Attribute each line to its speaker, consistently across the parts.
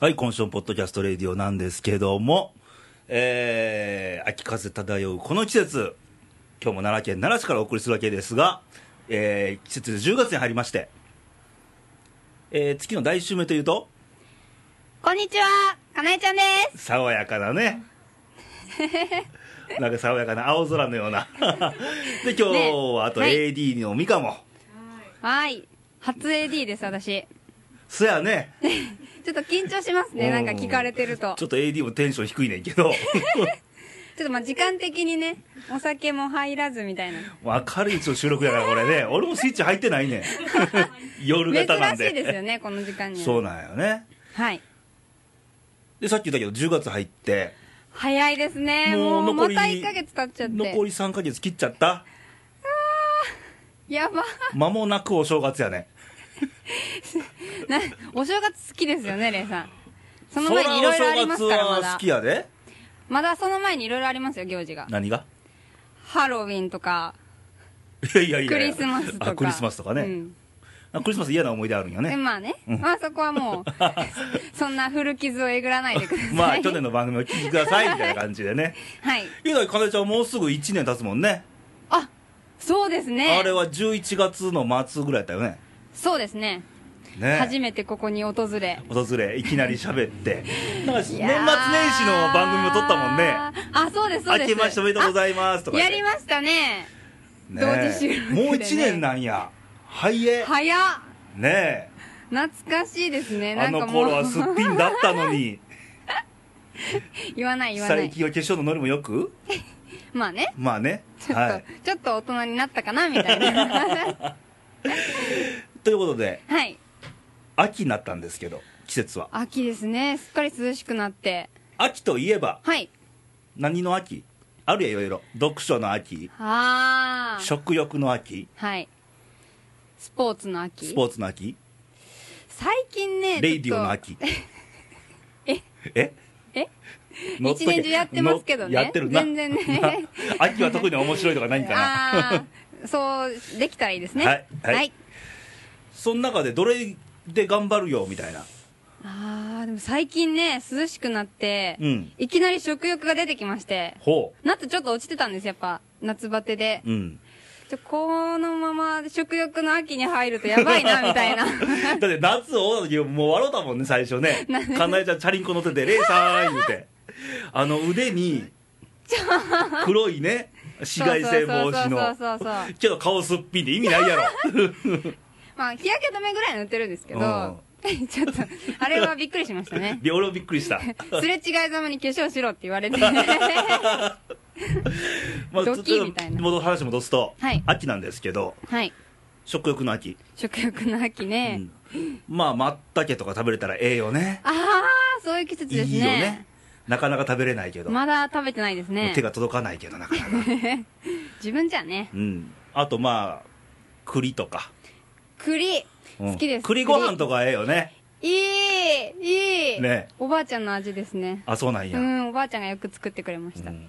Speaker 1: はい、今週のポッドキャストレディオなんですけども、えー、秋風漂うこの季節、今日も奈良県奈良市からお送りするわけですが、えー、季節で10月に入りまして、えー、月の第1週目というと、
Speaker 2: こんにちは、かなえちゃんです。
Speaker 1: 爽やかな ね、なんか爽やかな青空のような、で、今日はあと
Speaker 2: ねはい
Speaker 1: AD のミカも、
Speaker 2: はい。初 AD です、私。
Speaker 1: そやね、
Speaker 2: ちょっと緊張しますね、なんか聞かれてると。
Speaker 1: ち
Speaker 2: ち
Speaker 1: ょ
Speaker 2: ょ
Speaker 1: っと AD もテンション低いねんけど。
Speaker 2: っとまあ時間的にね、お酒も入らずみたいな。
Speaker 1: もう明るい収録やからこれね俺もスイッチ入ってないね ん夜型なんで
Speaker 2: 珍しいですよね、この時間には。
Speaker 1: そうなんよね
Speaker 2: はい。
Speaker 1: でさっき言ったけど10月入って
Speaker 2: 早いですね、もう
Speaker 1: もう残り
Speaker 2: また1ヶ月経っちゃって
Speaker 1: 残。り3ヶ月切っちゃった
Speaker 2: やば。
Speaker 1: 間もなくお正月やね
Speaker 2: なお正月好きですよね、レイさん。その前にいろいろありますから、
Speaker 1: そ
Speaker 2: ま
Speaker 1: らお正月は好
Speaker 2: だ
Speaker 1: き。やで
Speaker 2: まだその前にいろいろありますよ、行事が。
Speaker 1: 何が
Speaker 2: ハロウィンとか、
Speaker 1: いやいやいや
Speaker 2: クリスマスとか。
Speaker 1: あクリスマスとかね、
Speaker 2: うん
Speaker 1: あクリスマス嫌な思い出あるんよ
Speaker 2: え
Speaker 1: ね
Speaker 2: まあね、まあそこはもう そんな古傷をえぐらないでください
Speaker 1: まあ去年の番組を聞いてくださいみたいな感じでね
Speaker 2: はい
Speaker 1: いやだからかなえちゃんもうすぐ1年経つもんね
Speaker 2: あそうですね
Speaker 1: あれは11月の末ぐらいだよね
Speaker 2: そうですね
Speaker 1: ね
Speaker 2: 初めてここに訪れ
Speaker 1: 訪れいきなり喋っ てなんか年末年
Speaker 2: いやー
Speaker 1: 始の番組も撮ったもんね
Speaker 2: あそうですそうです
Speaker 1: 明けましておめでとうございますと
Speaker 2: あ
Speaker 1: か
Speaker 2: やりましたね
Speaker 1: ね
Speaker 2: 同時収録でね
Speaker 1: もう1年なんやはいえ
Speaker 2: 早っ
Speaker 1: ね
Speaker 2: 懐かしいです
Speaker 1: え
Speaker 2: ねな
Speaker 1: あ
Speaker 2: んか
Speaker 1: の
Speaker 2: もう
Speaker 1: 頃はすっぴんだったのに
Speaker 2: 言わ ない言わな
Speaker 1: 最
Speaker 2: い
Speaker 1: 近は化粧のノリもよく
Speaker 2: まあね
Speaker 1: まあね
Speaker 2: ちょっと、
Speaker 1: はい
Speaker 2: ちょっと大人になったかなみたい な
Speaker 1: ということで
Speaker 2: はい
Speaker 1: 秋になったんですけど季節は
Speaker 2: 秋ですねすっかり涼しくなって
Speaker 1: 秋といえば
Speaker 2: はい
Speaker 1: 何の秋あるやいろいろ読書の秋
Speaker 2: ああ
Speaker 1: 食欲の秋
Speaker 2: はい。スポーツの秋
Speaker 1: スポーツの秋
Speaker 2: 最近ね、
Speaker 1: レイディオの
Speaker 2: ちょっ
Speaker 1: 秋え
Speaker 2: え
Speaker 1: 乗っとけ
Speaker 2: 一年中やってますけどね
Speaker 1: 乗っやってるな
Speaker 2: 全然ね
Speaker 1: な秋は特に面白いとかないん
Speaker 2: と
Speaker 1: かな
Speaker 2: ああ、そう、できたらいいですね。
Speaker 1: はいはい
Speaker 2: はい。
Speaker 1: その中でどれで頑張るよみたいな
Speaker 2: ああ、でも最近ね、涼しくなって、
Speaker 1: うん
Speaker 2: いきなり食欲が出てきまして、
Speaker 1: ほ
Speaker 2: 夏ちょっと落ちてたんです、やっぱ、夏バテで。
Speaker 1: ううん
Speaker 2: ちょこのまま食欲の秋に入るとやば いな、みたいな。
Speaker 1: だって夏を終わった時もう笑うたもんね最初ねかなえちゃんチャリンコ乗ってて「レイさん」言うてあの腕に黒いね紫外線防止
Speaker 2: そう
Speaker 1: の
Speaker 2: そうそうそうそう。
Speaker 1: けど顔すっぴんで意味ないやろ
Speaker 2: まあ、日焼け止めぐらい塗ってるんですけど、
Speaker 1: う
Speaker 2: ちょっと、あれはびっくりしましたね。
Speaker 1: で俺もびっくりした、
Speaker 2: すれ違いざまに化粧しろって言われて
Speaker 1: ま
Speaker 2: ドキみたいな
Speaker 1: ちょっと戻話戻すと、
Speaker 2: はい
Speaker 1: 秋なんですけど
Speaker 2: はい
Speaker 1: 食欲の秋、
Speaker 2: 食欲の秋ね、
Speaker 1: うんまあまったけとか食べれたら栄養ね
Speaker 2: ああそういう季節
Speaker 1: い
Speaker 2: ですね
Speaker 1: いよねなかなか食べれないけど、
Speaker 2: まだ食べてないですね
Speaker 1: 手が届かないけどなか なか
Speaker 2: 自分じゃね
Speaker 1: うん、あとまあ栗とか、
Speaker 2: 栗
Speaker 1: うん
Speaker 2: 好きです
Speaker 1: 栗ご飯とかええよね
Speaker 2: いいいい、
Speaker 1: ね
Speaker 2: おばあちゃんの味ですね
Speaker 1: あそうなん
Speaker 2: う
Speaker 1: や、
Speaker 2: んおばあちゃんがよく作ってくれまし
Speaker 1: う
Speaker 2: た、
Speaker 1: ん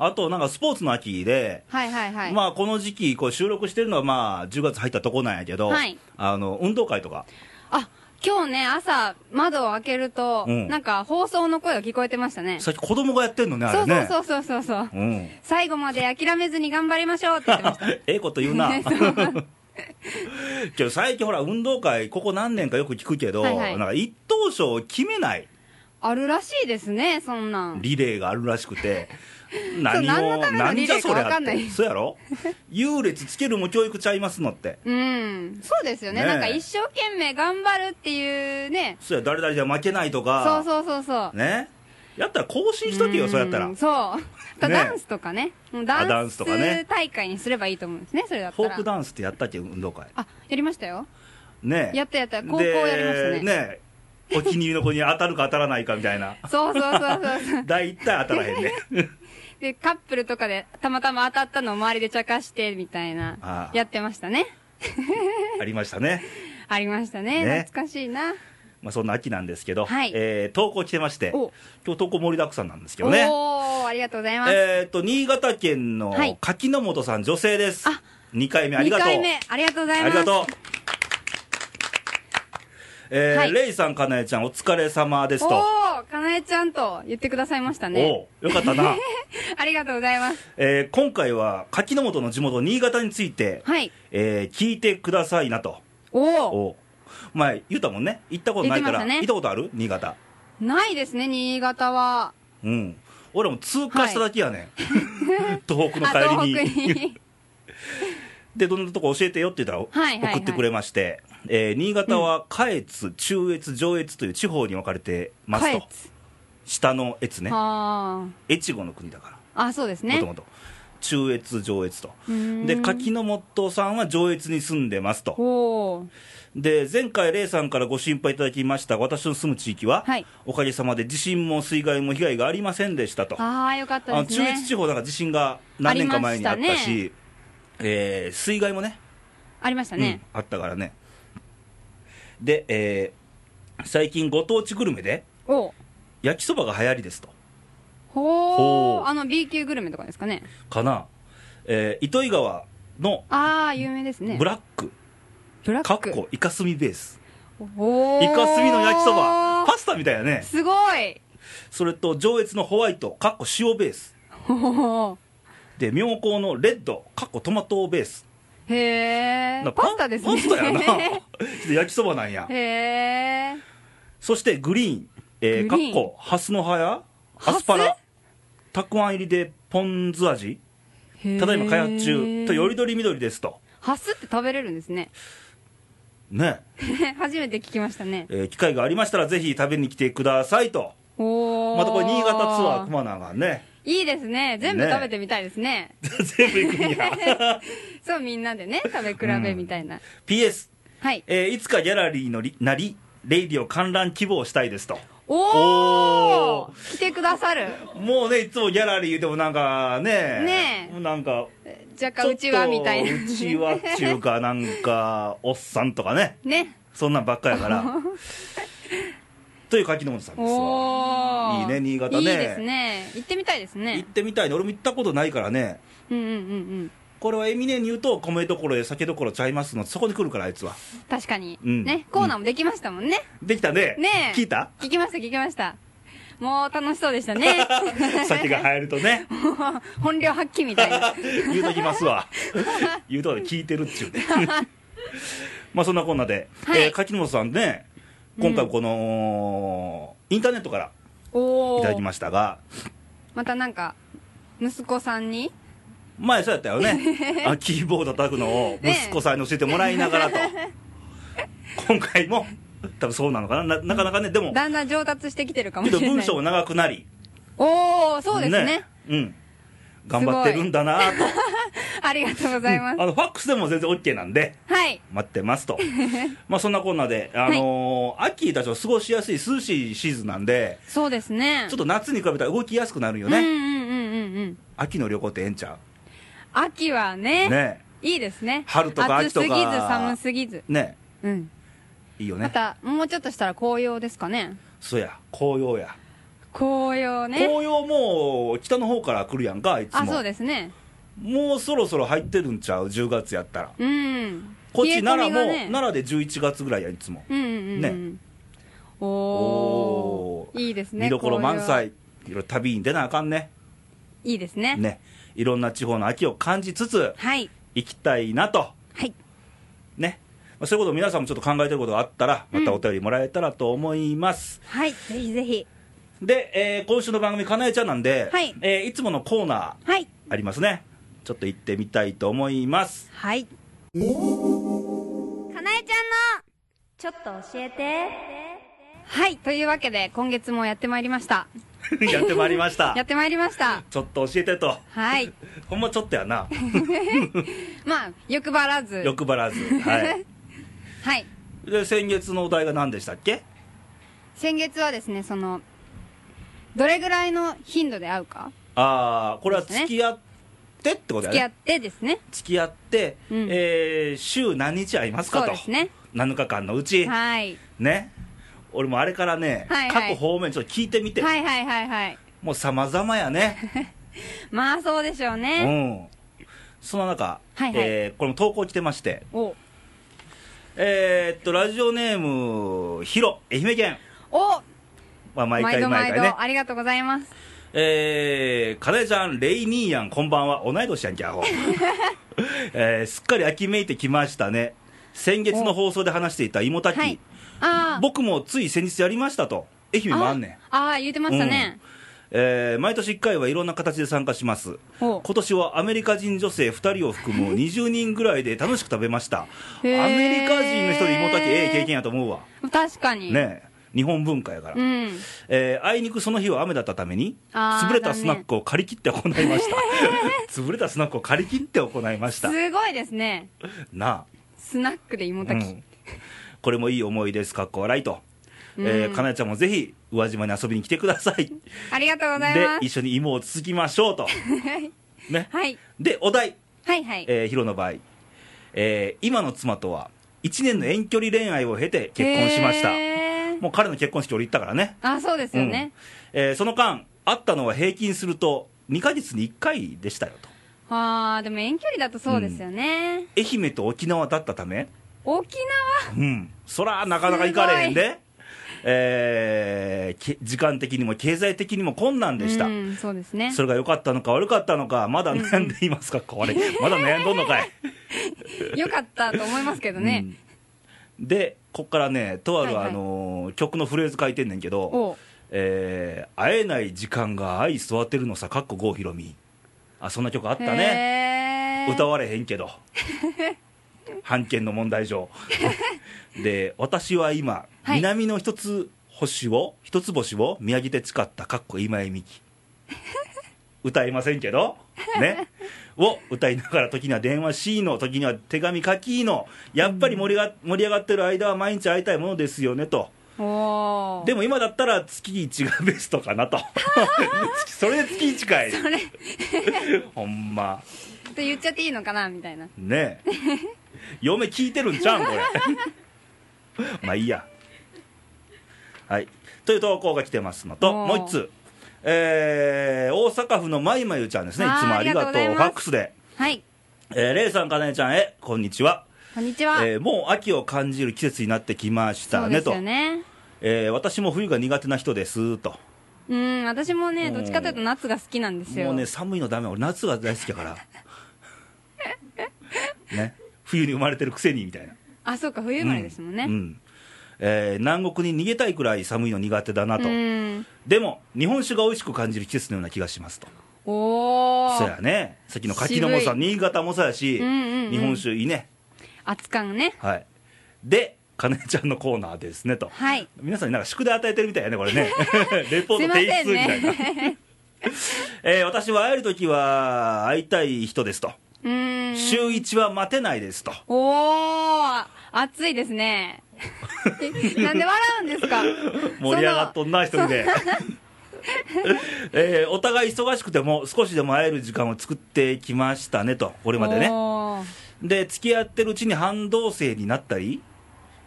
Speaker 1: あとなんかスポーツの秋で、
Speaker 2: はいはいはい、
Speaker 1: まあこの時期こう収録してるのはまあ10月入ったとこなんやけど、
Speaker 2: はい
Speaker 1: あの運動会とか
Speaker 2: あ今日ね朝窓を開けると、
Speaker 1: うん
Speaker 2: なんか放送の声が聞こえてましたね
Speaker 1: さっき子供がやってんのねあ
Speaker 2: そ
Speaker 1: れ
Speaker 2: うそ
Speaker 1: ね
Speaker 2: うそうそうそうそう、
Speaker 1: うん
Speaker 2: 最後まで諦めずに頑張りましょうって言ってました
Speaker 1: ええこと言うな けど最近ほら運動会ここ何年かよく聞くけど、
Speaker 2: はいはい
Speaker 1: なんか一等賞を決めない
Speaker 2: あるらしいですねそんなん
Speaker 1: リレーがあるらしくて
Speaker 2: そう
Speaker 1: 何を
Speaker 2: 何のための
Speaker 1: 何
Speaker 2: リ
Speaker 1: じ
Speaker 2: レ
Speaker 1: ゃ
Speaker 2: ーか
Speaker 1: それ
Speaker 2: わ
Speaker 1: や
Speaker 2: か
Speaker 1: っ
Speaker 2: んない
Speaker 1: てそうや ろ優劣つけるも教育ちゃいますのって
Speaker 2: うん、そうですよね
Speaker 1: ねえ
Speaker 2: なんか一生懸命頑張るっていうね
Speaker 1: そうや誰々じゃ負けないとか
Speaker 2: そうそうそうそう
Speaker 1: ねやったら更新しとけよ
Speaker 2: ん
Speaker 1: そうやったら
Speaker 2: そうあと
Speaker 1: ねえ
Speaker 2: ダンスとかねもう
Speaker 1: あダ
Speaker 2: ダ
Speaker 1: ン
Speaker 2: ン
Speaker 1: ス
Speaker 2: ス
Speaker 1: とかね
Speaker 2: 大会にすればいいと思うんですねそれだった
Speaker 1: フォ
Speaker 2: ら
Speaker 1: ークダンスってやったっけ運動会
Speaker 2: あやりましたよ
Speaker 1: ね
Speaker 2: やったやった高校やりましたね
Speaker 1: でねお気に入りの子に当たるか当たらないかみたい な
Speaker 2: そうそうそうそうそう
Speaker 1: 大体当たらへんね
Speaker 2: でカップルとかでたまたま当たったのを周りで茶化してみたい
Speaker 1: あ
Speaker 2: な
Speaker 1: あ
Speaker 2: やってましたね
Speaker 1: ありましたね、
Speaker 2: ありましたね
Speaker 1: ね
Speaker 2: 懐かしいな
Speaker 1: まあ、そんな秋なんですけど、
Speaker 2: はい
Speaker 1: えー投稿来てまして
Speaker 2: お
Speaker 1: 今日投稿盛りだくさんなんですけ
Speaker 2: お
Speaker 1: どね
Speaker 2: おーありがとうございます、
Speaker 1: えっと新潟県の
Speaker 2: はい
Speaker 1: 柿の本さん、女性です
Speaker 2: あ
Speaker 1: 2回目あり
Speaker 2: 2
Speaker 1: がとう
Speaker 2: 回目ありがとうござい
Speaker 1: あ
Speaker 2: ま
Speaker 1: り
Speaker 2: す
Speaker 1: がとうえー
Speaker 2: はい
Speaker 1: レイさん、かなえちゃん、お疲れ様です
Speaker 2: お
Speaker 1: と。
Speaker 2: ーかなえちゃんと言ってくださいましたね
Speaker 1: おうよかった な、
Speaker 2: ありがとうございます
Speaker 1: えー今回は柿の本の地元新潟について、
Speaker 2: はい
Speaker 1: えー聞いてくださいなと
Speaker 2: おお
Speaker 1: おう前言ったもんね行ったことないから、
Speaker 2: 言ってましたね
Speaker 1: 行ったことある新潟
Speaker 2: ないですね新潟は
Speaker 1: うん俺も通過しただけやねん、 東北の
Speaker 2: あ
Speaker 1: 帰りに
Speaker 2: 東北に
Speaker 1: でどんなとこ教えてよって言ったら、
Speaker 2: はいはいはい
Speaker 1: 送ってくれまして、えー新潟は下越中越上越という地方に分かれてますと
Speaker 2: 下越
Speaker 1: 下の越ね
Speaker 2: は
Speaker 1: 越後の国だか
Speaker 2: ああそうです
Speaker 1: らもと
Speaker 2: ね
Speaker 1: もと中越上越とで
Speaker 2: で
Speaker 1: 柿の本さんは上越に住んでますと
Speaker 2: おー
Speaker 1: で前回レイさんからご心配いただきました私の住む地域は、
Speaker 2: はい
Speaker 1: おかげさまで地震も水害も被害がありませんでしたと
Speaker 2: ああよかっ
Speaker 1: あ
Speaker 2: た
Speaker 1: の
Speaker 2: です
Speaker 1: 中
Speaker 2: ね
Speaker 1: 越地方だから地震が何年か前にあったし
Speaker 2: ありましたね
Speaker 1: えー水害もね
Speaker 2: ありましたね、
Speaker 1: うん、あったからねで、えー最近ご当地グルメで
Speaker 2: おお
Speaker 1: 焼きそばが流行りですとほ
Speaker 2: ほ
Speaker 1: う
Speaker 2: ーあの B 級グルメとかですかね
Speaker 1: かな、えー糸魚川の
Speaker 2: ああ有名ですね
Speaker 1: ブラック、
Speaker 2: ブラ
Speaker 1: か
Speaker 2: ッ
Speaker 1: っ
Speaker 2: ク
Speaker 1: こイカスミベース
Speaker 2: おー
Speaker 1: イカスミの焼きそばパスタみたいやね
Speaker 2: すごい
Speaker 1: それと上越のホワイトかっこ塩ベース
Speaker 2: ほほほ
Speaker 1: で妙高のレッドかっこトマトベースな
Speaker 2: へえ
Speaker 1: パ
Speaker 2: パスタですね
Speaker 1: パスタ やなちょっと焼きそばなんや
Speaker 2: へえ
Speaker 1: そしてグリーン、えー、
Speaker 2: グ
Speaker 1: かっ
Speaker 2: リーン
Speaker 1: こハスの葉やア
Speaker 2: ハス
Speaker 1: スパラたくあん入りでポン酢味ただいま開発中とよりどり緑ですと
Speaker 2: ハスって食べれるんですね
Speaker 1: ね、
Speaker 2: 初めて聞きましたね
Speaker 1: えー機会がありましたらぜひ食べに来てくださいと
Speaker 2: おお
Speaker 1: またこれ新潟ツアー熊永がね
Speaker 2: いいですね全部
Speaker 1: ね
Speaker 2: 食べてみたいですね
Speaker 1: 全部行くんや
Speaker 2: そうみんなでね食べ比べみたいな、
Speaker 1: PS、
Speaker 2: はい
Speaker 1: えーいつかギャラリーのりなりレイディオ観覧希望したいですと
Speaker 2: お
Speaker 1: お
Speaker 2: お来てくださる
Speaker 1: もうねいつもギャラリーでもなんかね
Speaker 2: ねえ
Speaker 1: なんか
Speaker 2: 若干うちわみたいな
Speaker 1: ちょっとうちわっちゅうかなんかおっさんとかね
Speaker 2: ね
Speaker 1: そんなんばっかやから という柿本さんですわ
Speaker 2: おお
Speaker 1: いいね新潟ね
Speaker 2: いいですね行ってみたいです
Speaker 1: 行っ
Speaker 2: ね
Speaker 1: てみたいね俺も行ったことないからね
Speaker 2: うんうんうん
Speaker 1: これはエミネに言うと米どころで酒どころちゃいますのそこに来るからあいつは
Speaker 2: うん確かに、
Speaker 1: うん
Speaker 2: ねコーナーもできましたもんね、
Speaker 1: できたね
Speaker 2: ねえ
Speaker 1: 聞い た
Speaker 2: 聞きました聞きましたもう楽しそうでしたね
Speaker 1: 酒が入るとね
Speaker 2: もう本領発揮みたいな
Speaker 1: 言うときますわ 言うとこで聞いてるっちゅうね まあそんなこんなで、
Speaker 2: はい
Speaker 1: えー柿本さんね今回この、インターネットから
Speaker 2: おお
Speaker 1: いただきましたが
Speaker 2: またなんか息子さんに
Speaker 1: 前そうやったよ ねあキーボード叩くのを息子さんに教えてもらいながらと、今回も多分そうなのかなななかなかねでも
Speaker 2: だんだん上達してきてるかも
Speaker 1: け
Speaker 2: しれ
Speaker 1: ど
Speaker 2: ない
Speaker 1: 文章も長くなり
Speaker 2: おおそうですね
Speaker 1: うん頑張ってるんだなと
Speaker 2: ありがとうございます、
Speaker 1: あのファックスでも全然 OK なんで
Speaker 2: はい
Speaker 1: 待ってます とまあそんなこんなで、あのー秋たちは過ごしやすい涼しいシーズンなんで
Speaker 2: そうですね
Speaker 1: ちょっと夏に比べたら動きやすくなるよ
Speaker 2: うんう
Speaker 1: ね、
Speaker 2: んうんうんうん
Speaker 1: 秋の旅行ってええんちゃ
Speaker 2: 秋は
Speaker 1: う
Speaker 2: ね
Speaker 1: ね
Speaker 2: いいですね
Speaker 1: 春とか秋とか
Speaker 2: 暑すぎず寒すぎず
Speaker 1: ね
Speaker 2: うん
Speaker 1: いいよ
Speaker 2: ま
Speaker 1: ね
Speaker 2: たもうちょっとしたら紅葉ですかね
Speaker 1: そうや紅葉や
Speaker 2: 紅葉ね
Speaker 1: 紅葉もう北の方から来るやんかあいつも
Speaker 2: あそうですね
Speaker 1: もうそろそろ入ってるんちゃう10月やったら
Speaker 2: うん
Speaker 1: こっち
Speaker 2: 冷え込
Speaker 1: 奈
Speaker 2: み
Speaker 1: 良
Speaker 2: が
Speaker 1: も、
Speaker 2: ね
Speaker 1: 奈良で11月ぐらいやいつも、
Speaker 2: うんうんうん
Speaker 1: ね
Speaker 2: お
Speaker 1: お
Speaker 2: お
Speaker 1: ー
Speaker 2: いいですね
Speaker 1: 見どころ満
Speaker 2: 紅葉
Speaker 1: 載いろいろ旅に出なあかんね
Speaker 2: いいですね
Speaker 1: ねいろんな地方の秋を感じつつ
Speaker 2: はい
Speaker 1: 行きたいなと
Speaker 2: はい
Speaker 1: ね、まあ、そういうことを皆さんもちょっと考えてることがあったらまたお便りもらえたらと思います、
Speaker 2: はいぜひぜひ
Speaker 1: で、えー今週の番組かなえちゃんなんで、
Speaker 2: はい
Speaker 1: えーいつものコーナ
Speaker 2: はい
Speaker 1: ーありますねちょっと行ってみたいと思います
Speaker 2: はい
Speaker 3: かなえちゃんの、ちょっと教えて。
Speaker 2: はいというわけで今月もやってまいりました
Speaker 1: やってまいりました
Speaker 2: やってまいりました
Speaker 1: ちょっと教えてと
Speaker 2: はい
Speaker 1: ほんまちょっとやな
Speaker 2: まあ欲張らず
Speaker 1: 欲張らず はい
Speaker 2: はい
Speaker 1: で先月のお題が何でしたっけ
Speaker 2: 先月はですねそのどれぐらいの頻度で会うか
Speaker 1: ああこれは付き合ってってことや
Speaker 2: 付き合っ
Speaker 1: ね
Speaker 2: てですね
Speaker 1: 付き合って、
Speaker 2: うん
Speaker 1: えー週何日会いますか
Speaker 2: そう
Speaker 1: と
Speaker 2: ですね
Speaker 1: 7日間のうち
Speaker 2: はい
Speaker 1: ね俺もあれからね、
Speaker 2: はいはい
Speaker 1: 各方面ちょっと聞いてみて、
Speaker 2: はいはいはいはい
Speaker 1: もう様々やね
Speaker 2: まあそうでしょう
Speaker 1: う
Speaker 2: ね
Speaker 1: んその中、
Speaker 2: はいはい
Speaker 1: えーこれも投稿来てまして
Speaker 2: お
Speaker 1: えーっとラジオネームヒロ愛媛県、
Speaker 2: お
Speaker 1: まあ、毎
Speaker 2: 毎
Speaker 1: 回
Speaker 2: 度
Speaker 1: 毎
Speaker 2: 毎
Speaker 1: 回ね
Speaker 2: 度ありがとうございます
Speaker 1: えー、カレちゃん、レイニーヤン、こんばんは、同い年やんけ、ア ホ、えー、すっかり秋めいてきましたね、先月の放送で話していた芋炊き、
Speaker 2: はいあー
Speaker 1: 僕もつい先日やりましたと、愛媛もあんねん、
Speaker 2: あー言ってましたね、
Speaker 1: えー毎年1回はいろんな形で参加します、
Speaker 2: お
Speaker 1: 今年はアメリカ人女性2人を含 む20人ぐらいで楽しく食べました、ア
Speaker 2: へー
Speaker 1: メリカ人の人で芋炊き、ええ経験やと思うわ、
Speaker 2: 確かに
Speaker 1: ねえ日本文化やから。
Speaker 2: うん
Speaker 1: えーあいにくその日は雨だったために
Speaker 2: あー
Speaker 1: 潰れたスナックを借り切って行いました 潰れたスナックを借り切って行いました
Speaker 2: すごいですね
Speaker 1: な
Speaker 2: スナックで芋
Speaker 1: あ、う
Speaker 2: 炊き、
Speaker 1: ん、これもいい思いですかっこ笑いと、えー
Speaker 2: うん
Speaker 1: かなえちゃんもぜひ宇和島に遊びに来てください
Speaker 2: ありがとうござい
Speaker 1: で
Speaker 2: ま
Speaker 1: 一
Speaker 2: す
Speaker 1: 緒に芋をつつきましょうとね
Speaker 2: はい
Speaker 1: でお題、
Speaker 2: はいはい
Speaker 1: えーヒロの場合、えー今の妻とは1年の遠距離恋愛を経て結婚しました
Speaker 2: へー
Speaker 1: もう彼の結婚式俺行ったからね
Speaker 2: あそうですよね、
Speaker 1: うんえーその間会ったのは平均すると2ヶ月に1回でしたよと
Speaker 2: あーでも遠距離だとそうですよね、
Speaker 1: 愛媛と沖縄だったため
Speaker 2: 沖縄
Speaker 1: うんそらなかなか行かれへんでえーけ時間的にも経済的にも困難でした、
Speaker 2: うん、そうですね
Speaker 1: それが良かったのか悪かったのかまだ悩んでいますか、これまだ悩んどんのかい、
Speaker 2: よかったと思いますけど
Speaker 1: う
Speaker 2: ね、
Speaker 1: んでこっからねとある、
Speaker 2: はいはい
Speaker 1: あのー曲のフレーズ書いてんねんけど
Speaker 2: お
Speaker 1: 「えー会えない時間が愛育てるのさ」かっこ郷ひろみあそんな曲あったね
Speaker 2: ね
Speaker 1: 歌われへんけど判権の問題上で私は今、
Speaker 2: はい
Speaker 1: 南の一つ星を一つ星を宮城で誓ったかっこ今井美樹歌いませんけどねを歌いながら時には電話しいの時には手紙書きいのやっぱり盛りが盛り上がってる間は毎日会いたいものですよねと
Speaker 2: おー
Speaker 1: でも今だったら月1がベストかな とそれで月1かい
Speaker 2: それ
Speaker 1: ほんま
Speaker 2: と言っちゃっていいのかなみたいな
Speaker 1: ねえ嫁聞いてるんちゃうんこれ まあいいやはいという投稿が来てますのと
Speaker 2: おー
Speaker 1: もう一通えー大阪府のまいまゆちゃんですねい
Speaker 2: あー
Speaker 1: つもありがとう
Speaker 2: ありがとうございます
Speaker 1: ファックスで、
Speaker 2: はい
Speaker 1: えー、レイさんかなえちゃんへこんにちは、
Speaker 2: こんにちは、
Speaker 1: えーもう秋を感じる季節になってきました
Speaker 2: そう
Speaker 1: ね
Speaker 2: です
Speaker 1: と
Speaker 2: よね
Speaker 1: えー私も冬が苦手な人ですと
Speaker 2: うん私もね
Speaker 1: うん
Speaker 2: どっちかというと夏が好きなんですよ
Speaker 1: もうね寒いのダメ俺夏が大好きやから ね冬に生まれてるくせにみたいな
Speaker 2: あそうか冬生まれですもんね
Speaker 1: うんうんえー南国に逃げたいくらい寒いの苦手だなと、
Speaker 2: うん
Speaker 1: でも日本酒が美味しく感じる季節のような気がしますと
Speaker 2: おお
Speaker 1: そうやねさっきの柿のもさ
Speaker 2: 渋
Speaker 1: 新潟もそうやし、
Speaker 2: うんうんうん
Speaker 1: 日本酒いいね
Speaker 2: 熱感ね
Speaker 1: はいでかねちゃんのコーナーですねと
Speaker 2: はい
Speaker 1: 皆さんになんか宿題与えてるみたいやねこれ ねレポート提出みたいな、えー私は会える時は会いたい人ですと
Speaker 2: うん
Speaker 1: 週1は待てないですと
Speaker 2: おー暑いですね なんで笑うんですか
Speaker 1: 盛り上がっとんな一人で、 えーお互い忙しくても少しでも会える時間を作ってきましたねとこれ
Speaker 2: そ
Speaker 1: ま
Speaker 2: の
Speaker 1: でね
Speaker 2: おー
Speaker 1: で付き合ってるうちに半同棲になったり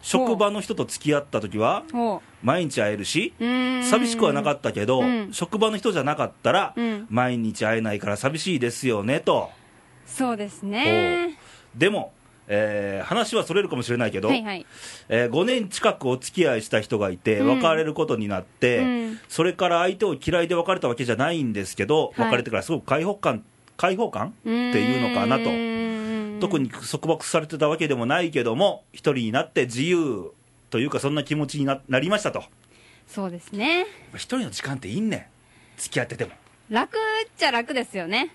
Speaker 1: 職場の人と付き合った時は
Speaker 2: お
Speaker 1: 毎日会えるし
Speaker 2: うーん
Speaker 1: 寂しくはなかったけど、
Speaker 2: うん
Speaker 1: 職場の人じゃなかったら、
Speaker 2: うん
Speaker 1: 毎日会えないから寂しいですよねと、
Speaker 2: そうですね
Speaker 1: でも、えー話はそれるかもしれないけど、
Speaker 2: はいはい
Speaker 1: え5年近くお付き合いした人がいて
Speaker 2: うん
Speaker 1: 別れることになって、
Speaker 2: うん
Speaker 1: それから相手を嫌いで別れたわけじゃないんですけど、
Speaker 2: はい
Speaker 1: 別れてからすごく解放感解放感っていうのかなと
Speaker 2: うーん
Speaker 1: 特に束縛されてたわけでもないけども一人になって自由というかそんな気持ちにななりましたと
Speaker 2: そうですね
Speaker 1: 一人の時間っていいんねん付き合ってても
Speaker 2: 楽っちゃ楽ですよね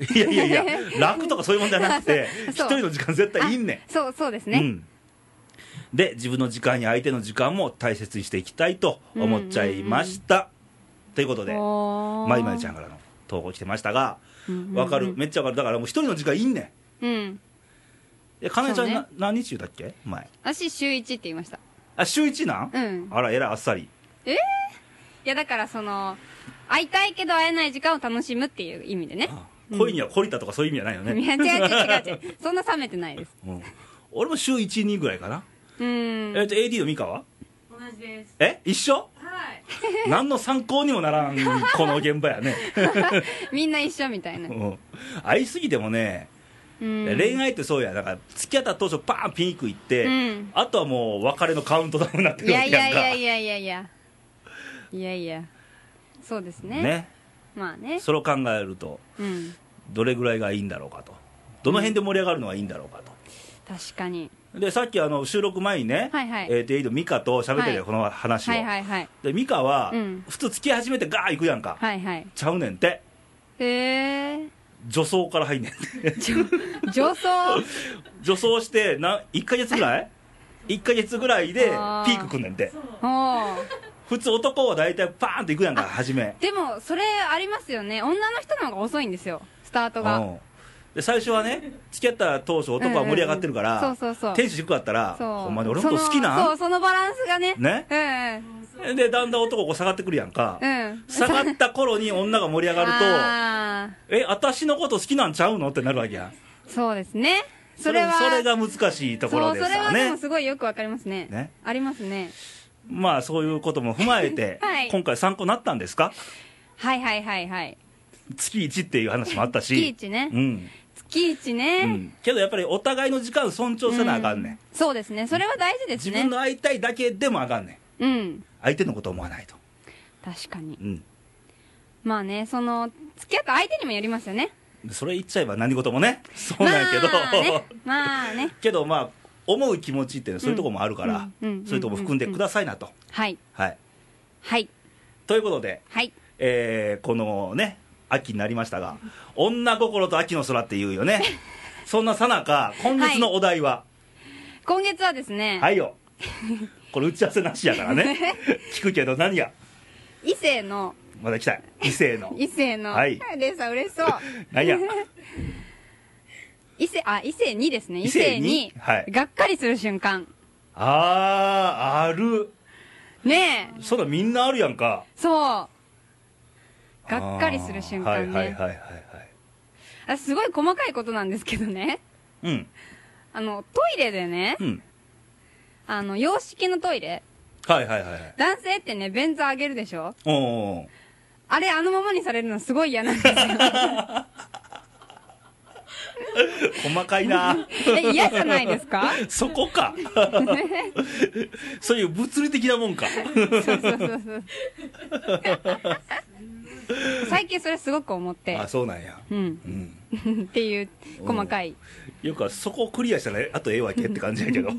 Speaker 1: いやいやいや楽とかそういうもんじゃなくて一
Speaker 2: そう
Speaker 1: 人の時間絶対いいんねん
Speaker 2: そうそうです
Speaker 1: う
Speaker 2: ね
Speaker 1: ん、で自分の時間や相手の時間も大切にしていきたいと思っちゃいました、ということで
Speaker 2: おー
Speaker 1: まいまいちゃんからの投稿来てましたが
Speaker 2: うんうんうん
Speaker 1: わかるめっちゃわかるだからもう一人の時間いいんねん
Speaker 2: うん
Speaker 1: えかなえちゃん、
Speaker 2: そうね
Speaker 1: な何日言うたっけ前
Speaker 2: 私週1って言いました
Speaker 1: あ週1なん、
Speaker 2: うん
Speaker 1: あらえらいあっさり
Speaker 2: いやだからその会いたいけど会えない時間を楽しむっていう意味でね
Speaker 1: あ
Speaker 2: うん
Speaker 1: 恋には懲りたとかそういう意味じゃないよね、
Speaker 2: いや違う違う違う違うそんな冷めてないです
Speaker 1: うん俺も週12ぐらいかな、
Speaker 2: う
Speaker 1: え
Speaker 2: ん
Speaker 1: っと AD の美香は
Speaker 4: 同じです
Speaker 1: え一緒
Speaker 4: はい
Speaker 1: 何の参考にもならんこの現場やね、
Speaker 2: みんな一緒みたいな
Speaker 1: うん、会いすぎてもね
Speaker 2: ううん
Speaker 1: 恋愛ってそうやなんか付き合った当初パーンピンクいって、
Speaker 2: うん
Speaker 1: あとはもう別れのカウントダウンになって
Speaker 2: い
Speaker 1: るわ
Speaker 2: や
Speaker 1: け
Speaker 2: い
Speaker 1: や
Speaker 2: や
Speaker 1: ん
Speaker 2: い
Speaker 1: か
Speaker 2: やいやいやいやいやいやそうですね
Speaker 1: ね
Speaker 2: まあね
Speaker 1: それを考えると
Speaker 2: うん
Speaker 1: どれぐらいがいいんだろうかとどの辺で盛り上がるのがいいんだろうかと、
Speaker 2: 確かに
Speaker 1: でさっきあの収録前にね、
Speaker 2: はいはい
Speaker 1: えーとエイド美香と喋ってた
Speaker 2: は
Speaker 1: よ、
Speaker 2: い
Speaker 1: この話を、
Speaker 2: はいはいはい
Speaker 1: で美香は、
Speaker 2: うん
Speaker 1: 普通付き合い始めてガー行くやんか、
Speaker 2: はいはい
Speaker 1: ちゃうねんて
Speaker 2: へえ
Speaker 1: 女装から入んねん て
Speaker 2: 女 装
Speaker 1: 女装してな1か月ぐらい1か月ぐらいで
Speaker 2: あー
Speaker 1: ピークくんねんて
Speaker 2: おう
Speaker 1: 普通男は大体パーンと行くやんか初め
Speaker 2: でもそれありますよね女の人の方が遅いんですよスタート
Speaker 1: う
Speaker 2: が
Speaker 1: んで最初はね付き合った当初男は盛り上がってるから、
Speaker 2: うんうんうんそうそうそう
Speaker 1: テンション低かったら
Speaker 2: そう
Speaker 1: ほんまに俺のこと好き
Speaker 2: そのそ
Speaker 1: な
Speaker 2: うそのバランスがね
Speaker 1: ね
Speaker 2: うん
Speaker 1: んでだんだん男こう下がってくるやんか、
Speaker 2: うんうん
Speaker 1: 下がった頃に女が盛り上がると
Speaker 2: あ
Speaker 1: え私のこと好きなんちゃうのってなるわけやん
Speaker 2: ーそうですねそれは
Speaker 1: それが難しいところです
Speaker 2: そうそれ
Speaker 1: よ
Speaker 2: はで
Speaker 1: ね
Speaker 2: もすごいよくわかりますね
Speaker 1: ね
Speaker 2: ありますね
Speaker 1: まあそういうことも踏まえて、
Speaker 2: はい
Speaker 1: 今回参考になったんですか
Speaker 2: はいはいはいはい
Speaker 1: 月1っていう話もあったし
Speaker 2: 月一ね
Speaker 1: うん、
Speaker 2: 月一
Speaker 1: う
Speaker 2: ね、
Speaker 1: ん、けどやっぱりお互いの時間尊重せなあかんねん、
Speaker 2: そうですねそれは大事です
Speaker 1: 自
Speaker 2: ね
Speaker 1: 分の会いたいだけでもあかんねん
Speaker 2: うん
Speaker 1: 相手のこと思わないと、
Speaker 2: 確かに
Speaker 1: うん、
Speaker 2: まあねその付き合った相手にもよりますよね
Speaker 1: それ言っちゃえば何事も ねそうなんやけど、
Speaker 2: まあねまあね
Speaker 1: けどまあ思う気持ちっていうのはそういうとこもあるから、
Speaker 2: うんうんうん
Speaker 1: そういうとこも含んでくださいなと、
Speaker 2: はい
Speaker 1: はい
Speaker 2: はい
Speaker 1: ということで
Speaker 2: はい
Speaker 1: えーこのね秋になりましたが「女心と秋の空」っていうよ ねそんなさなか今月のお題は
Speaker 2: 今月はです
Speaker 1: 「は
Speaker 2: ね、
Speaker 1: い、よ」これ打ち合わせなしやからね 聞くけど何や
Speaker 2: 異性の
Speaker 1: まだ来た異性の
Speaker 2: 異性の、
Speaker 1: はい
Speaker 2: レイさん嬉 しそう
Speaker 1: 何や
Speaker 2: 異性あ異性にですね
Speaker 1: 異
Speaker 2: 異
Speaker 1: 性
Speaker 2: 性
Speaker 1: に
Speaker 2: に
Speaker 1: はい
Speaker 2: がっかりする瞬間、
Speaker 1: あーある
Speaker 2: ねえ
Speaker 1: そらみんなあるやんか
Speaker 2: そうがっかりする瞬間ね
Speaker 1: あーはいはいはいはいはい
Speaker 2: あすごい細かいことなんですけどね
Speaker 1: うん
Speaker 2: あのトイレでね、
Speaker 1: うん
Speaker 2: あの洋式のトイレ
Speaker 1: はいはいはいはい
Speaker 2: 男性ってね便座上げるでしょ
Speaker 1: おうおう
Speaker 2: あれあのままにされるのすごい嫌なん ですよ
Speaker 1: 細かい な
Speaker 2: え嫌じゃないですか
Speaker 1: そこかそういう物理的なもんか
Speaker 2: そうそうそう そう最近それすごく思って
Speaker 1: あそうなんや
Speaker 2: うん
Speaker 1: うん
Speaker 2: っていう細かい
Speaker 1: よくはそこをクリアしたらあとええわけって感じやけど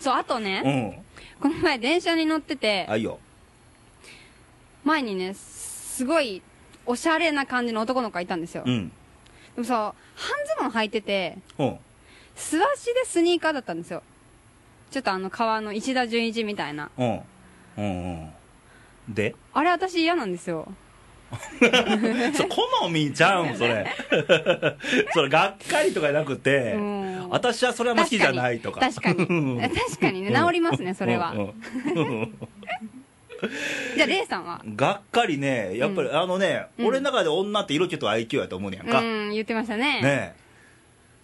Speaker 2: そうあとね
Speaker 1: うん
Speaker 2: この前電車に乗ってて
Speaker 1: あいよ
Speaker 2: 前にねすごいおしゃれな感じの男の子がいたんですよ
Speaker 1: う
Speaker 2: で
Speaker 1: ん
Speaker 2: もさ半ズボン履いてて
Speaker 1: うん
Speaker 2: 素足でスニーカーだったんですよちょっとあの革の石田純一みたいな
Speaker 1: うんうんうんで
Speaker 2: あれ私嫌なんですよ
Speaker 1: そ好みちゃ うんそれ それがっかりとかじゃなくて
Speaker 2: うん
Speaker 1: 私はそれはあんま好きじゃないとか
Speaker 2: 確かに確かにね治りますねそれは
Speaker 1: うんうん
Speaker 2: じゃあレイさんは
Speaker 1: うんがっかりねやっぱり、あのね、
Speaker 2: うん
Speaker 1: 俺の中で女って色気と IQ やと思うねやん
Speaker 2: う
Speaker 1: か、
Speaker 2: ん言ってました
Speaker 1: ね
Speaker 2: ね
Speaker 1: え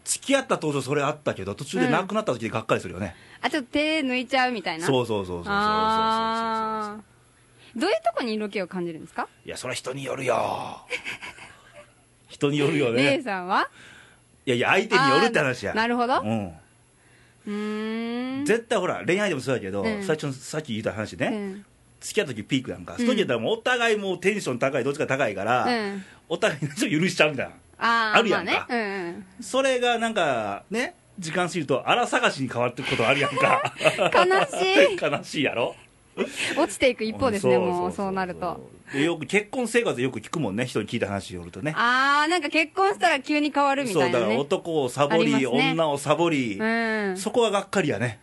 Speaker 1: 付き合った当初それあったけど途中でなくなった時でがっかりするよね、
Speaker 2: あちょっと手抜いちゃうみたいなう
Speaker 1: そうそうそうそうそうそうそうそうそう
Speaker 2: あーどういうとこに色気を感じるんですか
Speaker 1: いや、それは人によるよ。人によるよ
Speaker 2: レ
Speaker 1: ね
Speaker 2: イ。さんはい
Speaker 1: やいや、相手によるって話や。
Speaker 2: あーなるほど
Speaker 1: うん。
Speaker 2: うーん
Speaker 1: 絶対ほら、恋愛でもそうやけど、
Speaker 2: うん
Speaker 1: 最初のさっき言った話ね、
Speaker 2: うん
Speaker 1: 付き合った時ピークなんか、そ
Speaker 2: ん
Speaker 1: の時やったらもうお互いもうテンション高い、どっちか高いから、
Speaker 2: うん
Speaker 1: お互いの人許しちゃうみたいな。
Speaker 2: あー
Speaker 1: あるやんか
Speaker 2: まあね
Speaker 1: それがなんか、ね、時間過ぎると、荒探しに変わってくことあるやんか。
Speaker 2: うんうん、悲 し
Speaker 1: 悲しいやろ
Speaker 2: い落ちていく一方ですねもうそうなると
Speaker 1: でよく結婚生活でよく聞くもんね人に聞いた話によるとね
Speaker 2: ああなんか結婚したら急に変わるみ
Speaker 1: そ
Speaker 2: た
Speaker 1: う
Speaker 2: い
Speaker 1: だ
Speaker 2: な
Speaker 1: から
Speaker 2: ね
Speaker 1: 男をサボ
Speaker 2: あり
Speaker 1: り
Speaker 2: ますね
Speaker 1: 女をサボり、
Speaker 2: うん
Speaker 1: そこはがっかりやね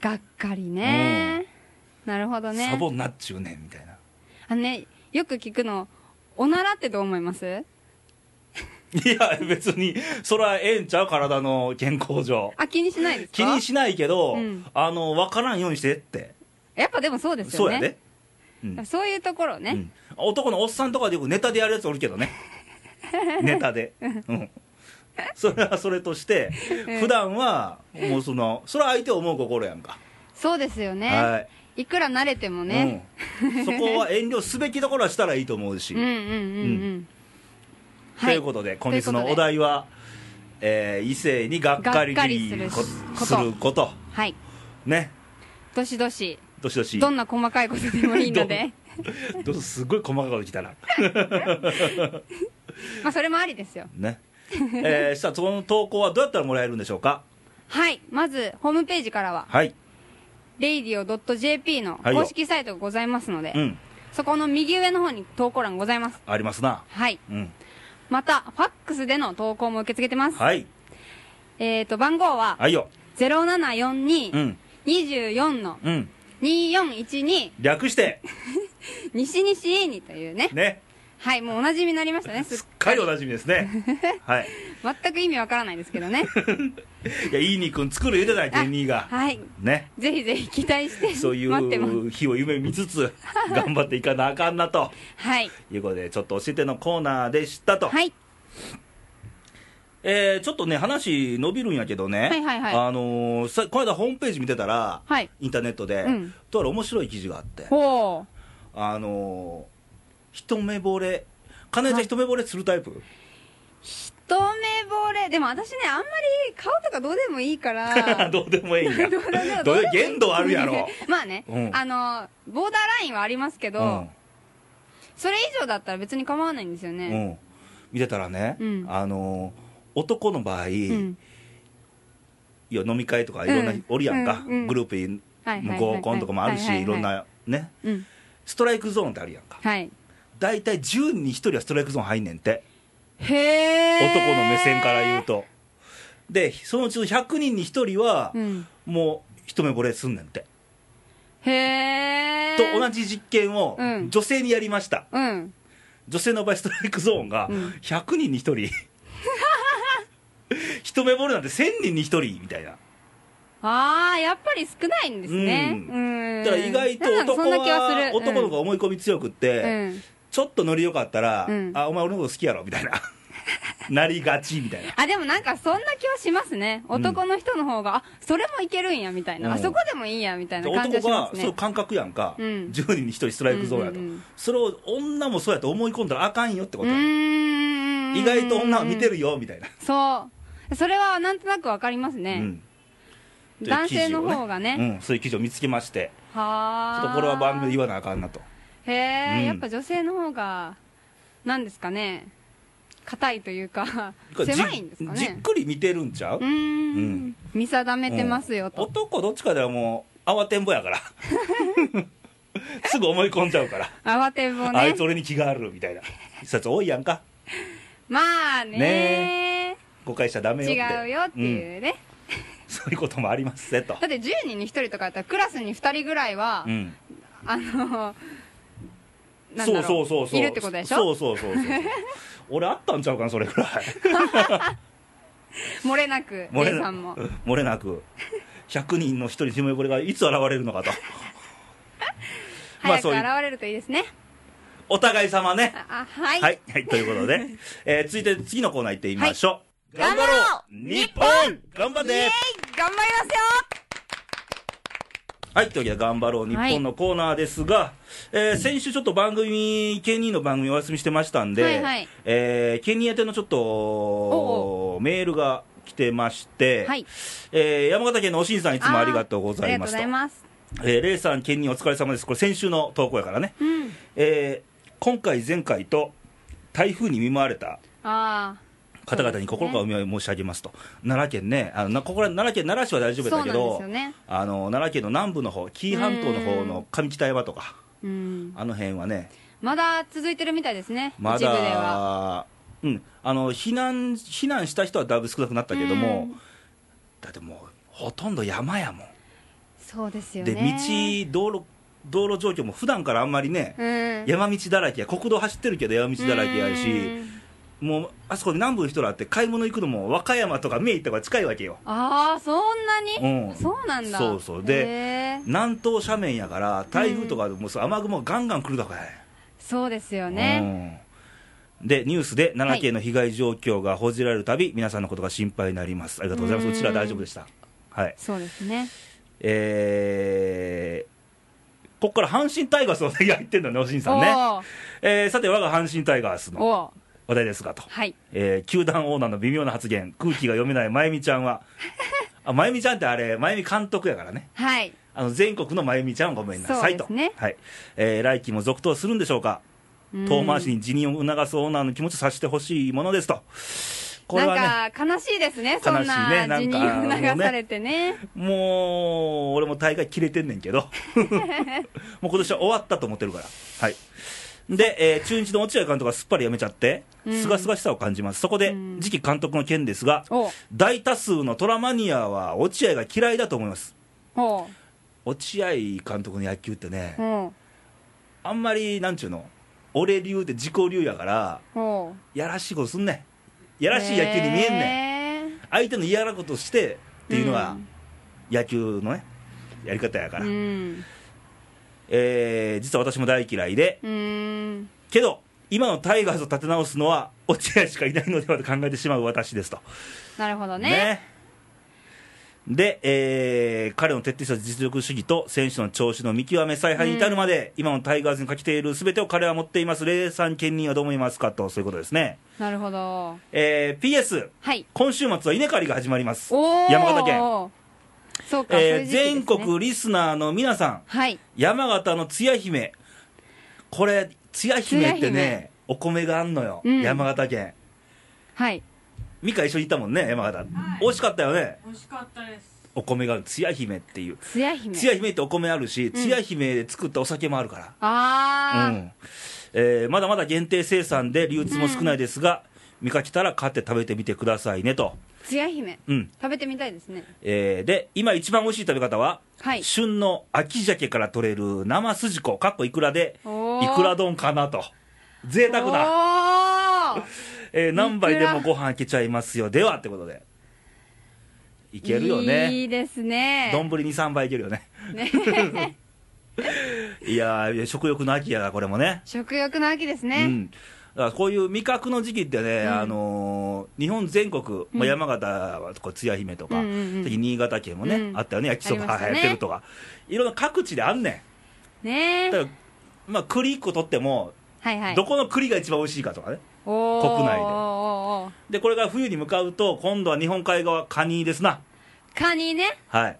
Speaker 2: がっかりねなるほどね
Speaker 1: サボんなっちゅうねんみたいな
Speaker 2: あのねよく聞くのおならってどう思います
Speaker 1: いや別にそれはええんちゃう体の健康上
Speaker 2: あ気にしないですか
Speaker 1: 気にしないけど、
Speaker 2: うん
Speaker 1: あの分からんようにしてって
Speaker 2: やっぱでもそうです
Speaker 1: そ
Speaker 2: よ
Speaker 1: うや
Speaker 2: ね
Speaker 1: で、うん
Speaker 2: そういうところね、
Speaker 1: うん男のおっさんとかでよくネタでやるやつおるけど ねネタで、うん、それはそれとして普段はもうそのそれは相手を思う心やんか、
Speaker 2: そうですよね、、
Speaker 1: はい
Speaker 2: くら慣れても
Speaker 1: い、
Speaker 2: ね、
Speaker 1: うん、そこは遠慮すべきところはしたらいいと思うし、
Speaker 2: うん、うんうんうんうん、
Speaker 1: ということで、今月のお題は、えー異性にがっかり
Speaker 2: がっかりする
Speaker 1: こ
Speaker 2: こと
Speaker 1: すること
Speaker 2: はい
Speaker 1: ね
Speaker 2: どしどし
Speaker 1: どしどし
Speaker 2: どんな細かいことでもいいので
Speaker 1: どすごい細かいこときたな
Speaker 2: まあそれもありですよ
Speaker 1: ね えー、さあその投稿はどうやったらもらえるんでしょうか
Speaker 2: はいまずホームページからは
Speaker 1: はい
Speaker 2: radio.jp の
Speaker 1: はいよ
Speaker 2: 公式サイトがございますので、
Speaker 1: うん
Speaker 2: そこの右上の方に投稿欄ございます
Speaker 1: ありますな
Speaker 2: はい
Speaker 1: うん
Speaker 2: またファックスでの投稿も受け付けてます、
Speaker 1: はい
Speaker 2: えっ、と番号は
Speaker 1: はいよう
Speaker 2: 074224
Speaker 1: ん
Speaker 2: の
Speaker 1: うん
Speaker 2: 2412
Speaker 1: 略して
Speaker 2: 西西イニというね
Speaker 1: ね
Speaker 2: はいもうお馴染みになりましたね
Speaker 1: す
Speaker 2: す
Speaker 1: っかりおなじみですね はい
Speaker 2: 全く意味わからないですけ どね
Speaker 1: いやいいに君作る言うてたねニーが
Speaker 2: はい
Speaker 1: ね
Speaker 2: ぜひぜひ期待して
Speaker 1: そうい
Speaker 2: 待ってます
Speaker 1: う日を夢見つ つ頑張っていかなあかんなと
Speaker 2: はい
Speaker 1: いうことでちょっと教えてのコーナーでしたと、
Speaker 2: はい
Speaker 1: えーちょっとね話伸びるんやけどね、
Speaker 2: はいはいはい
Speaker 1: あのーさこの間ホームページ見てたら、
Speaker 2: はい
Speaker 1: インターネットで、
Speaker 2: うん
Speaker 1: とある面白い記事があって
Speaker 2: ほう
Speaker 1: あのー一目惚れ金井ちゃん一目惚れするタイプ
Speaker 2: 一目惚れでも私ねあんまり顔とかどうでもいいか ら
Speaker 1: どうでもいいんや
Speaker 2: どうでもいい
Speaker 1: どうでも限度あるやろ
Speaker 2: まあね、
Speaker 1: うん
Speaker 2: あのボーダーラインはありますけど、
Speaker 1: うん
Speaker 2: それ以上だったら別に構わないんですよ
Speaker 1: う
Speaker 2: ね
Speaker 1: ん見てたらね、
Speaker 2: うん
Speaker 1: あのー男の場合、
Speaker 2: うん、
Speaker 1: いや飲み会とかいろんな、
Speaker 2: うん
Speaker 1: おるやんか、
Speaker 2: うんうん
Speaker 1: グループに
Speaker 2: はいはいはいは
Speaker 1: 合
Speaker 2: い
Speaker 1: コンとかもある
Speaker 2: はいはいは
Speaker 1: し
Speaker 2: い
Speaker 1: いろんなね
Speaker 2: うん
Speaker 1: ストライクゾーンってあるやんか
Speaker 2: はい
Speaker 1: 大体10人に1人はストライクゾーン入んねんて
Speaker 2: へ
Speaker 1: 男
Speaker 2: え
Speaker 1: の目線から言うとでそのうちの100人に1人は、
Speaker 2: うん
Speaker 1: もう一目惚れすんねんて
Speaker 2: へえ
Speaker 1: と同じ実験を
Speaker 2: うん
Speaker 1: 女性にやりました、
Speaker 2: うん
Speaker 1: 女性の場合ストライクゾーンが
Speaker 2: うん
Speaker 1: 100人に1人、一目惚れなんて1000人に1人みたいな
Speaker 2: ああやっぱり少ないんですね
Speaker 1: う
Speaker 2: うん
Speaker 1: だから意外と
Speaker 2: なんか
Speaker 1: 男
Speaker 2: そんな気はする
Speaker 1: は男の子が思い込み強くって、
Speaker 2: うん
Speaker 1: ちょっとノリ良かったら、
Speaker 2: うん
Speaker 1: あお前俺のこと好きやろみ たいななりがちみたいな
Speaker 2: あでもなんかそんな気はしますね
Speaker 1: ん
Speaker 2: 男の人の方が、あそれもいけるんやみたいな、
Speaker 1: うん
Speaker 2: あそこでもいいやみたいな感じ
Speaker 1: 男
Speaker 2: は
Speaker 1: が
Speaker 2: します
Speaker 1: そういう
Speaker 2: ね
Speaker 1: 感覚やんか、
Speaker 2: うん
Speaker 1: 10人に1人ストライクゾーンやと、
Speaker 2: うんうんうん
Speaker 1: それを女もそうやと思い込んだらあかんよってこ
Speaker 2: う
Speaker 1: とや、
Speaker 2: ーん
Speaker 1: 意外と女は見て
Speaker 2: る
Speaker 1: るよみたいな、
Speaker 2: そうそれはなんとなくわかります
Speaker 1: う
Speaker 2: ね、
Speaker 1: んという
Speaker 2: 男
Speaker 1: 記事を
Speaker 2: 性
Speaker 1: ね
Speaker 2: の方がね
Speaker 1: うん、そういう記事を見つけましてちょ
Speaker 2: は
Speaker 1: っ
Speaker 2: あ
Speaker 1: とこれは番組で言わなあかんなと
Speaker 2: へえ、
Speaker 1: うん
Speaker 2: やっぱ女性の方がなんですかね硬いというか
Speaker 1: じ
Speaker 2: 狭いんですか
Speaker 1: じっ
Speaker 2: ね
Speaker 1: くり見てるんちゃう、
Speaker 2: うーん
Speaker 1: うん
Speaker 2: 見定めてますよ
Speaker 1: うん
Speaker 2: と、
Speaker 1: 男どっちかではもう慌てんぼや からすぐ思い込んじゃうから、
Speaker 2: 慌てんぼ
Speaker 1: あ
Speaker 2: ね
Speaker 1: いつ俺に気があるみたいなやつ多いやんか
Speaker 2: まあね
Speaker 1: 誤解しちゃダメよっ
Speaker 2: 違
Speaker 1: て
Speaker 2: うよって
Speaker 1: ん
Speaker 2: いうね、
Speaker 1: そういうこともありますぜと
Speaker 2: だって10人に1人とかやったらクラスに2人ぐらいは、
Speaker 1: うん
Speaker 2: あのなんだ
Speaker 1: そ
Speaker 2: ろ
Speaker 1: うそうそうそう
Speaker 2: いるってことでしょ
Speaker 1: そうそうそうそう俺あったんちゃうかなそれくら い
Speaker 2: 漏れなく A さんも
Speaker 1: 漏れなく100人の1人一目惚れがいつ現れるのかとまあ
Speaker 2: 早く
Speaker 1: そう
Speaker 2: 現
Speaker 1: いう
Speaker 2: れるといいですね、
Speaker 1: お互い様ね
Speaker 2: あはい、
Speaker 1: はい、はい、ということ で、えー続いて次のコーナー行ってみましょう。
Speaker 2: はい頑張ろう
Speaker 1: 日本頑張っ
Speaker 2: イ
Speaker 1: て
Speaker 2: エーイ頑張りますよ
Speaker 1: はい、というわけで、頑張ろう日本のコーナーですが、えー先週ちょっと番組、ケニーの番組お休みしてましたんで、
Speaker 2: はいはい
Speaker 1: えーケニー宛てのちょっと
Speaker 2: お
Speaker 1: メールが来てまして、
Speaker 2: はい
Speaker 1: えー山形県のおしんさんいつもありがとうございま
Speaker 2: あ
Speaker 1: す
Speaker 2: ーあ
Speaker 1: と
Speaker 2: りがとうございます
Speaker 1: えーレイさん、ケニーお疲れ様です。これ先週の投稿やからね。
Speaker 2: うん
Speaker 1: えー今回、前回と台風に見舞われた
Speaker 2: ああ
Speaker 1: 方々に心からお見舞い申し上げますと、奈良県ね、あのなここら奈良県奈良市は大丈夫だけ
Speaker 2: そうなんで
Speaker 1: ど、
Speaker 2: すよね
Speaker 1: あの奈良県の南部の方紀伊半島の方の上北山とか、
Speaker 2: うん
Speaker 1: あの辺はね、
Speaker 2: まだ続いてるみたいですね
Speaker 1: ま
Speaker 2: 一部では
Speaker 1: だ、うん、あの避難避難した人はだいぶ少なくなったけども、
Speaker 2: うん
Speaker 1: だってもう、ほとんど山やもん、
Speaker 2: そうですよ
Speaker 1: で
Speaker 2: ね
Speaker 1: 道道路道路状況も普段からあんまりね、
Speaker 2: うん
Speaker 1: 山道だらけや、国道走ってるけど山道だらけやし。
Speaker 2: うん
Speaker 1: もうあそこで南部の人らって買い物行くのも和歌山とか三重とか近いわけよ
Speaker 2: ああそんなに、
Speaker 1: うん
Speaker 2: そうなんだ
Speaker 1: そうそうで
Speaker 2: へー
Speaker 1: 南東斜面やから台風とかでもそう雨雲がガンガン来るだからね
Speaker 2: そうですよね、
Speaker 1: うんでニュースで奈良県の被害状況が報じられるたび、皆さんのことが心配になりますありがとうございます
Speaker 2: う
Speaker 1: うんちら大丈夫でしたはい
Speaker 2: そうですね
Speaker 1: えー、ここから阪神タイガースの話題が入ってんだねおしんさんね、
Speaker 2: おー
Speaker 1: えーさて我が阪神タイガースの
Speaker 2: おー
Speaker 1: 話題ですがと、
Speaker 2: はい
Speaker 1: えー球団オーナーの微妙な発言空気が読めない真由美ちゃん はあ真由美ちゃんってあれ真由美監督やからね
Speaker 2: はい
Speaker 1: あの全国の真由美ちゃんをごめんなさいと
Speaker 2: そうですね
Speaker 1: はいえー来期も続投するんでしょうか
Speaker 2: うん
Speaker 1: 遠回しに辞任を促すオーナーの気持ちを察してほしいものですとこれはね
Speaker 2: なんか悲しいですね、そん
Speaker 1: 悲しいね
Speaker 2: な
Speaker 1: な
Speaker 2: 辞
Speaker 1: んか
Speaker 2: 任を促されてね。
Speaker 1: もう俺も大会切れてんねんけ どもう今年は終わったと思ってるからはいで、えー中日の落合監督がすっぱり辞めちゃって
Speaker 2: うん
Speaker 1: すがすがしさを感じますそこで
Speaker 2: うん
Speaker 1: 次期監督の件ですが
Speaker 2: おう
Speaker 1: 大多数のトラマニアは落合が嫌いだと思います
Speaker 2: おう
Speaker 1: 落合監督の野球ってね
Speaker 2: おう
Speaker 1: あんまりなんちゅうの俺流で自己流やから
Speaker 2: おう
Speaker 1: やらしいことすんねんやらしい野球に見えんねん
Speaker 2: ね
Speaker 1: 相手の嫌なことしてっていうの
Speaker 2: う
Speaker 1: が
Speaker 2: ん
Speaker 1: 野球のねやり方やから、
Speaker 2: うん
Speaker 1: えー実は私も大嫌いで
Speaker 2: うーん
Speaker 1: けど今のタイガースを立て直すのは落合しかいないのではと考えてしまう私ですと
Speaker 2: なるほどね
Speaker 1: ねで、えー彼の徹底した実力主義と選手の調子の見極め采配に至るまで、今のタイガースにかけているすべてを彼は持っています霊さん兼任はどう思いますかとそういうことですね、
Speaker 2: なるほど
Speaker 1: えー PS
Speaker 2: はい
Speaker 1: 今週末は稲刈りが始まります
Speaker 2: おー
Speaker 1: 山形県
Speaker 2: そう
Speaker 1: えー
Speaker 2: か、そういう時期ですね
Speaker 1: 全国リスナーの皆さん
Speaker 2: はい
Speaker 1: 山形のつや姫これつや姫って
Speaker 2: つや姫
Speaker 1: ねお米があんのよ、
Speaker 2: うん
Speaker 1: 山形県
Speaker 2: はい
Speaker 1: 美香一緒に行ったもんね山形、美味しかったよね
Speaker 4: 美味しかったです
Speaker 1: お米があるつや姫っていう
Speaker 2: つや姫
Speaker 1: つや姫ってお米あるしつや姫で作ったお酒もあるから、うん
Speaker 2: あー、
Speaker 1: えーまだまだ限定生産で流通も少ないですが、見かけたら買って食べてみてくださいねと、
Speaker 2: つや姫
Speaker 1: うん
Speaker 2: 食べてみたいですね
Speaker 1: えーで今一番美味しい食べ方は、
Speaker 2: はい
Speaker 1: 旬の秋鮭から取れる生すじこかっこいくらで
Speaker 2: お
Speaker 1: い
Speaker 2: ー
Speaker 1: くら丼かなと贅沢な
Speaker 2: おー
Speaker 1: えー何杯でも
Speaker 2: いく
Speaker 1: ご飯開けちゃいますよではってことでいけるよね
Speaker 2: いいですね
Speaker 1: 丼23杯いけるよ ね
Speaker 2: ね
Speaker 1: いやーいや食欲の秋やなこれもね
Speaker 2: 食欲の秋ですね、
Speaker 1: うんだからこういう味覚の時期ってね、
Speaker 2: うん
Speaker 1: あのー日本全国、まあ、山形はこうつや姫とか、
Speaker 2: うんうんうん
Speaker 1: さっき新潟県もね、
Speaker 2: うん
Speaker 1: あったよね焼きそば
Speaker 2: ありま
Speaker 1: が
Speaker 2: し
Speaker 1: 流
Speaker 2: た
Speaker 1: 行
Speaker 2: ね
Speaker 1: ってるとか、いろんな各地であんね
Speaker 2: ね
Speaker 1: ん
Speaker 2: え
Speaker 1: だから、まあ、栗1個取っても、
Speaker 2: はいはい
Speaker 1: どこの栗が一番美味しいかとかね
Speaker 2: おー
Speaker 1: 国内で
Speaker 2: おーおーおー
Speaker 1: でこれが冬に向かうと今度は日本海側カニですな
Speaker 2: カニね
Speaker 1: はい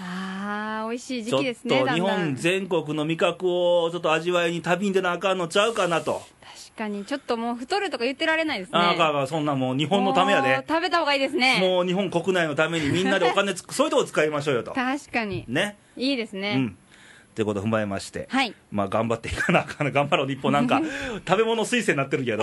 Speaker 2: あー美味しい
Speaker 1: ち
Speaker 2: 時
Speaker 1: ょ
Speaker 2: 期
Speaker 1: っ
Speaker 2: ですね
Speaker 1: と
Speaker 2: だん
Speaker 1: 日
Speaker 2: だん
Speaker 1: 本全国の味覚をちょっと味わいに旅に出なあかんのちゃうかなと、
Speaker 2: 確かにちょっともう太るとか言ってられないですね
Speaker 1: ああかんあかんそんなんもう日本のためや
Speaker 2: もう
Speaker 1: で
Speaker 2: 食べた方がいいですね
Speaker 1: もう日本国内のためにみんなでお金つそういうとこ使いましょうよと
Speaker 2: 確かに
Speaker 1: ね
Speaker 2: いいです
Speaker 1: う
Speaker 2: ね、
Speaker 1: んということを踏まえまして、
Speaker 2: はい
Speaker 1: まあ頑張っていかなあかんな頑張ろう日本なんか食べ物推薦になってるけど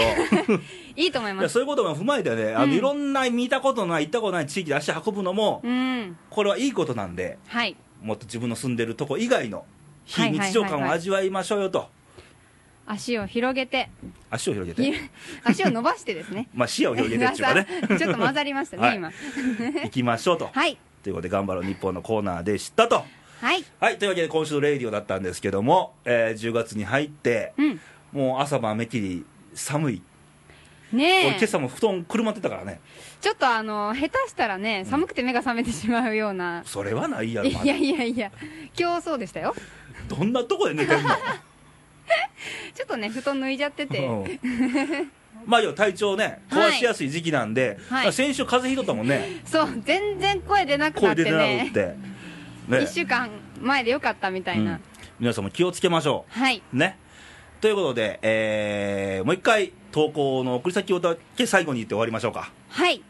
Speaker 1: い
Speaker 2: いいと思いま
Speaker 1: や
Speaker 2: す
Speaker 1: そういうことも踏まえてねあの、
Speaker 2: うん
Speaker 1: いろんな見たことない行ったことない地域で足運ぶのも、
Speaker 2: うん
Speaker 1: これはいいことなんで
Speaker 2: はい
Speaker 1: もっと自分の住んでるとこ以外の
Speaker 2: は
Speaker 1: 非
Speaker 2: いはいはいはい
Speaker 1: 日常感を味わいましょうよと、
Speaker 2: 足を広げて
Speaker 1: 足を広げ
Speaker 2: ひ
Speaker 1: て、
Speaker 2: 足を伸ばしてです ね
Speaker 1: まあ、視野を広げてっていうか ね
Speaker 2: ちょっと混ざりました ね、
Speaker 1: はい
Speaker 2: 今
Speaker 1: 行きましょうと、
Speaker 2: はい
Speaker 1: ということで「頑張ろう日本」のコーナーでしたと
Speaker 2: はい
Speaker 1: はいというわけで今週の「レイディオ」だったんですけども、えー10月に入って
Speaker 2: うん
Speaker 1: もう朝晩めきり寒い、俺
Speaker 2: ね
Speaker 1: 今
Speaker 2: え
Speaker 1: 朝も布団くるまってたからね
Speaker 2: ちょっとあの下手したらね寒くて目が覚めてしまうような、
Speaker 1: それはないやろ、
Speaker 2: い
Speaker 1: まだ
Speaker 2: やいやいや今日そうでしたよ
Speaker 1: どんなとこで寝てんの
Speaker 2: ちょっとね布団脱いじゃってて、
Speaker 1: うんまあ要は体調ね壊しやすい時期なんで、
Speaker 2: はい
Speaker 1: まあ先週風邪ひいとったもんね
Speaker 2: そう全然声出なくな
Speaker 1: 声
Speaker 2: っ
Speaker 1: 出
Speaker 2: て
Speaker 1: てなくっ
Speaker 2: ね
Speaker 1: て、ね
Speaker 2: 1週間前でよかったみたいな、
Speaker 1: うん皆さんも気をつけましょう
Speaker 2: はい
Speaker 1: ね。ということで、えーもう一回投稿の送り先をだけ最後に言って終わりましょうか。
Speaker 2: はい、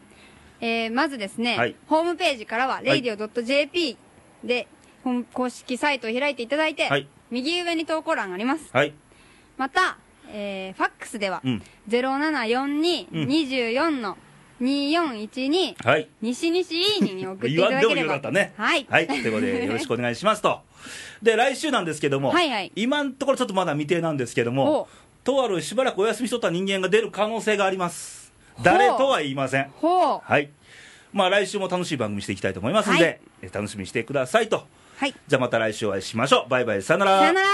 Speaker 2: えーまずですね、
Speaker 1: はい
Speaker 2: ホームページからは radio.jp でホーム公式サイトを開いていただいて、
Speaker 1: はい
Speaker 2: 右上に投稿欄があります
Speaker 1: はい。
Speaker 2: また、えーファックスでは、
Speaker 1: うん。うん
Speaker 2: 074224の2412、
Speaker 1: はい。
Speaker 2: 西西いいにに送ってい
Speaker 1: 言
Speaker 2: た
Speaker 1: わん
Speaker 2: だ
Speaker 1: で
Speaker 2: け
Speaker 1: も
Speaker 2: れ
Speaker 1: よ
Speaker 2: ば
Speaker 1: かったね。
Speaker 2: はい、
Speaker 1: ということで、よろしくお願いしますと。で、来週なんですけども、
Speaker 2: はいはい
Speaker 1: 今のところちょっとまだ未定なんですけども
Speaker 2: お、
Speaker 1: とあるしばらくお休みしとった人間が出る可能性があります。誰とは言いません。
Speaker 2: ほう
Speaker 1: はい。まあ来週も楽しい番組していきたいと思いますんで、
Speaker 2: はい
Speaker 1: え楽しみにしてくださいと。
Speaker 2: はい
Speaker 1: じゃあまた来週お会いしましょう。バイバイ、
Speaker 2: さよなら